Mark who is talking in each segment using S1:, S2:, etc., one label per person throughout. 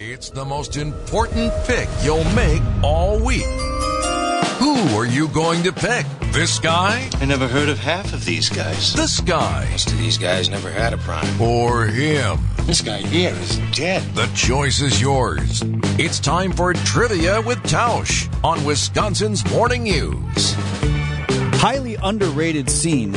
S1: It's the most important pick you'll make all week. Who are you going to pick? This guy?
S2: I never heard of half of these guys.
S1: This guy?
S2: Most of these guys never had a prime.
S1: Or him?
S2: This guy here is dead.
S1: The choice is yours. It's time for Trivia with Tausch on Wisconsin's Morning News.
S3: highly underrated scene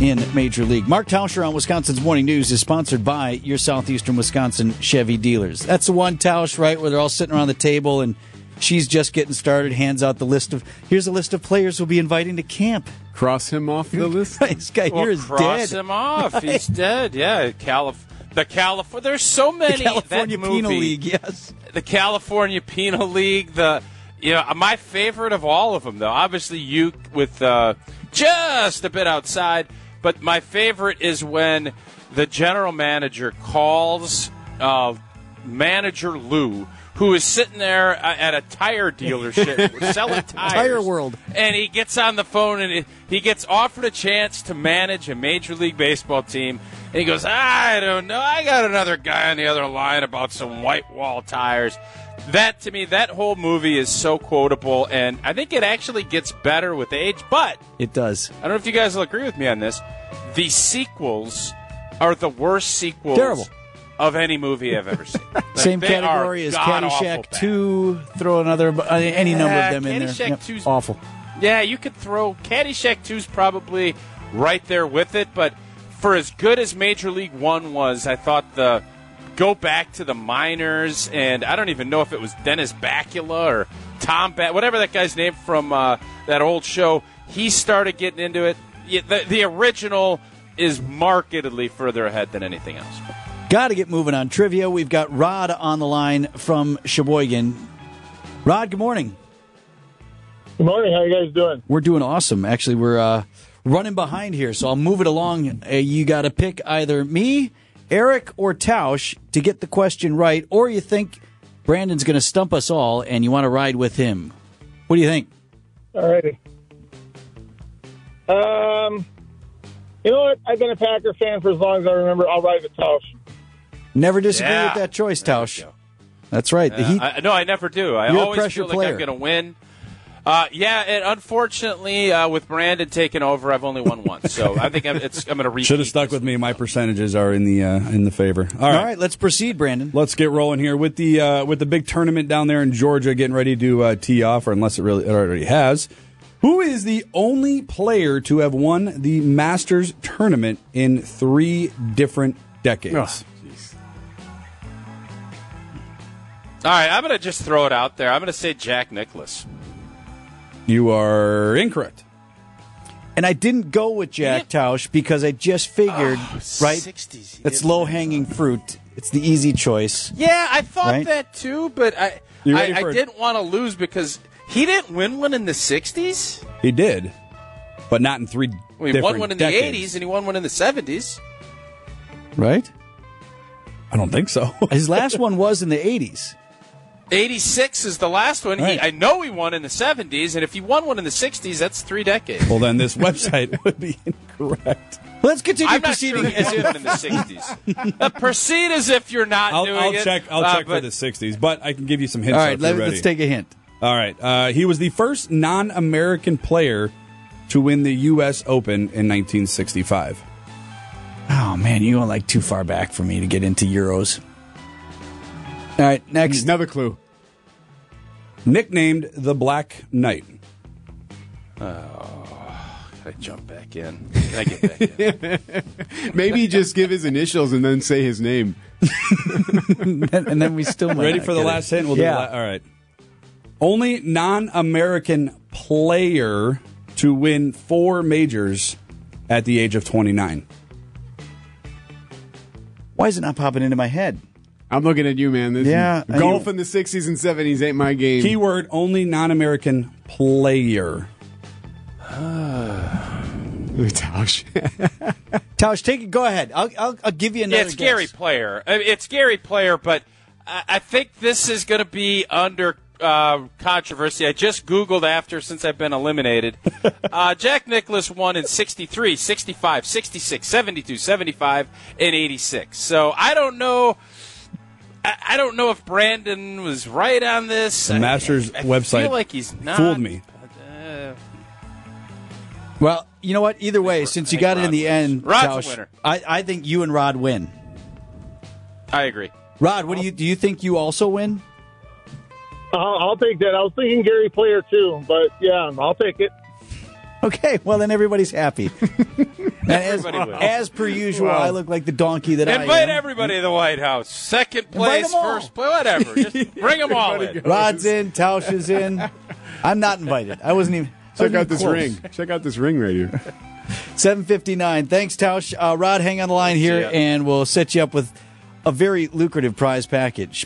S3: in Major League. Mark Tauscher on Wisconsin's Morning News is sponsored by your Southeastern Wisconsin Chevy dealers. That's the one Tausch, right, where they're all sitting around the table and she's just getting started, hands out the list of here's a list of players we'll be inviting to camp.
S4: Cross him off the list.
S3: this guy
S5: Well,
S3: here is
S5: cross
S3: dead.
S5: him off. He's dead. Yeah, Calif. The California. There's so many.
S3: The California
S5: that
S3: Penal
S5: movie.
S3: League, yes.
S5: The California Penal League. The you know my favorite of all of them though. Obviously you with uh, just a bit outside, but my favorite is when the general manager calls uh, manager Lou. Who is sitting there uh, at a tire dealership selling tires?
S3: Tire World.
S5: and he gets on the phone and he- he gets offered a chance to manage a major league baseball team and he goes i don't know i got another guy on the other line about some white wall tires that to me that whole movie is so quotable and i think it actually gets better with age but
S3: It does.
S5: i don't know if you guys will agree with me on this the sequels are the worst sequels
S3: Terrible.
S5: of any movie i've ever seen Like,
S3: Same
S5: they are
S3: category as
S5: god-awful
S3: Caddyshack
S5: bad.
S3: 2. Throw another, uh, any number
S5: Yeah,
S3: of them in there.
S5: Caddyshack
S3: Yep,
S5: 2's
S3: Awful.
S5: Yeah, you could throw Caddyshack 2's probably right there with it, but for as good as Major League 1 was, I thought the go back to the minors, and I don't even know if it was Dennis Bacula or Tom Bat, whatever that guy's name from uh, that old show, he started getting into it. Yeah, The, the original is markedly further ahead than anything else.
S3: Got to get moving on trivia. We've got Rod on the line from Sheboygan. Rod, good morning.
S6: Good morning. How you guys doing?
S3: We're doing awesome. Actually, we're uh, running behind here, so I'll move it along. Uh, you got to pick either me, Eric, or Tausch to get the question right, or you think Brandon's going to stump us all and you want to ride with him. What do you think?
S6: All righty. Um, you know what? I've been a Packer fan for as long as I remember. I'll ride the Tausch.
S3: Never disagree
S5: Yeah.
S3: with that choice, Tausch.
S5: go. Uh,
S3: That's right. the Heat.
S5: I, no, I never do. I
S3: You're a
S5: always
S3: pressure
S5: feel like
S3: player.
S5: I'm going to win. Uh, yeah, and unfortunately, uh, with Brandon taking over, I've only won once. So I think I'm, it's, I'm going to repeat.
S7: Should have stuck with me. My percentages are in the uh, in the favor. All
S3: all
S7: right.
S3: right, let's proceed, Brandon.
S7: Let's get rolling here with the uh, with the big tournament down there in Georgia getting ready to uh, tee off, or unless it really it already has. Who is the only player to have won the Masters tournament in three different decades?
S5: All right, I'm going to just throw it out there. I'm going to say Jack Nicholas.
S7: You are incorrect.
S3: And I didn't go with Jack Tausch because I just figured,
S5: Oh,
S3: right?
S5: 60s.
S3: It's low hanging fruit. It's the easy choice.
S5: Yeah, I thought
S3: Right?
S5: that too, but I
S7: You
S5: I,
S7: ready
S5: I
S7: for it?
S5: didn't want to lose because he didn't win one in the 60s.
S7: He did, but not in three.
S5: Well, he
S7: different
S5: won one in
S7: decades.
S5: the 80s and he won one in the 70s.
S3: Right?
S7: I don't think so.
S3: His last one was in the 80s.
S5: 86 is the last one. He,
S7: Right.
S5: I know he won in the 70s, and if he won one in the 60s, that's three decades.
S7: well, then this website would be incorrect.
S3: Let's continue
S5: I'm not sure
S3: proceeding.
S5: he
S3: as
S5: won
S3: if-
S5: one in the 60s. Uh, proceed as if you're not
S7: I'll,
S5: doing
S7: I'll
S5: it.
S7: check. I'll
S5: uh,
S7: check for
S5: but
S7: the '60s, but I can give you some hints.
S3: All
S7: though,
S3: right,
S7: if
S3: let,
S7: you're
S3: us
S7: ready.
S3: take a hint.
S7: All right. Uh, he was the first non American player to win the U.S. Open in 1965.
S3: Oh, man, you went like too far back for me to get into Euros. All right, next.
S4: Another clue.
S7: Nicknamed the Black Knight.
S5: I jump back in. Can I get back in?
S4: Maybe just give his initials and then say his name.
S3: and then we still might
S7: Ready
S3: not
S7: for the
S3: get it.
S7: last hint? We'll
S3: Yeah.
S7: do the la- All right. Only non American player to win four majors at the age of 29.
S3: Why is it not popping into my head?
S4: I'm looking at you, man. This
S3: Yeah, I
S4: golf
S3: know.
S4: in the '60s and '70s ain't my game.
S7: Keyword only non American player.
S4: Tosh.
S3: Tausch, take it. Go ahead. I'll, I'll, I'll give you another
S5: Yeah, it's Gary
S3: guess.
S5: Player. I mean, It's Gary Player, but I I think this is going to be under uh, controversy. I just Googled after since I've been eliminated. uh, Jack Nicholas won in 63, 65, 66, 72, 75, and 86. So I don't know. I, I don't know if Brandon was right on this.
S7: The
S5: I-
S7: Masters
S5: I, I
S7: website
S5: feel like he's not.
S7: fooled me.
S5: Uh,
S3: Well, you know what? Either way, since you
S5: think
S3: got it
S5: Rod
S3: in the
S5: wins.
S3: end, Tausch,
S5: Rod's a winner.
S3: I, I think you and Rod win.
S5: I agree.
S3: Rod, what do you do? You think you also win?
S6: I'll, I'll take that. I was thinking Gary Player too, but yeah, I'll take it.
S3: Okay, well then everybody's happy. And as,
S5: Everybody wins.
S3: as per usual, I look like the donkey that I
S5: Invite
S3: am.
S5: everybody to the White House. Second
S3: Invite
S5: place,
S3: 'em all.
S5: first place, whatever. Just bring them all in.
S3: Rod's in, Tausch is in. I'm not invited. I wasn't even. I
S4: Check
S3: wasn't
S4: out
S3: even
S4: this
S3: close.
S4: ring. Check out this ring right here.
S3: 759. Thanks, Tausch. Uh, Rod, hang on the line here,
S5: ya.
S3: and we'll set you up with a very lucrative prize package.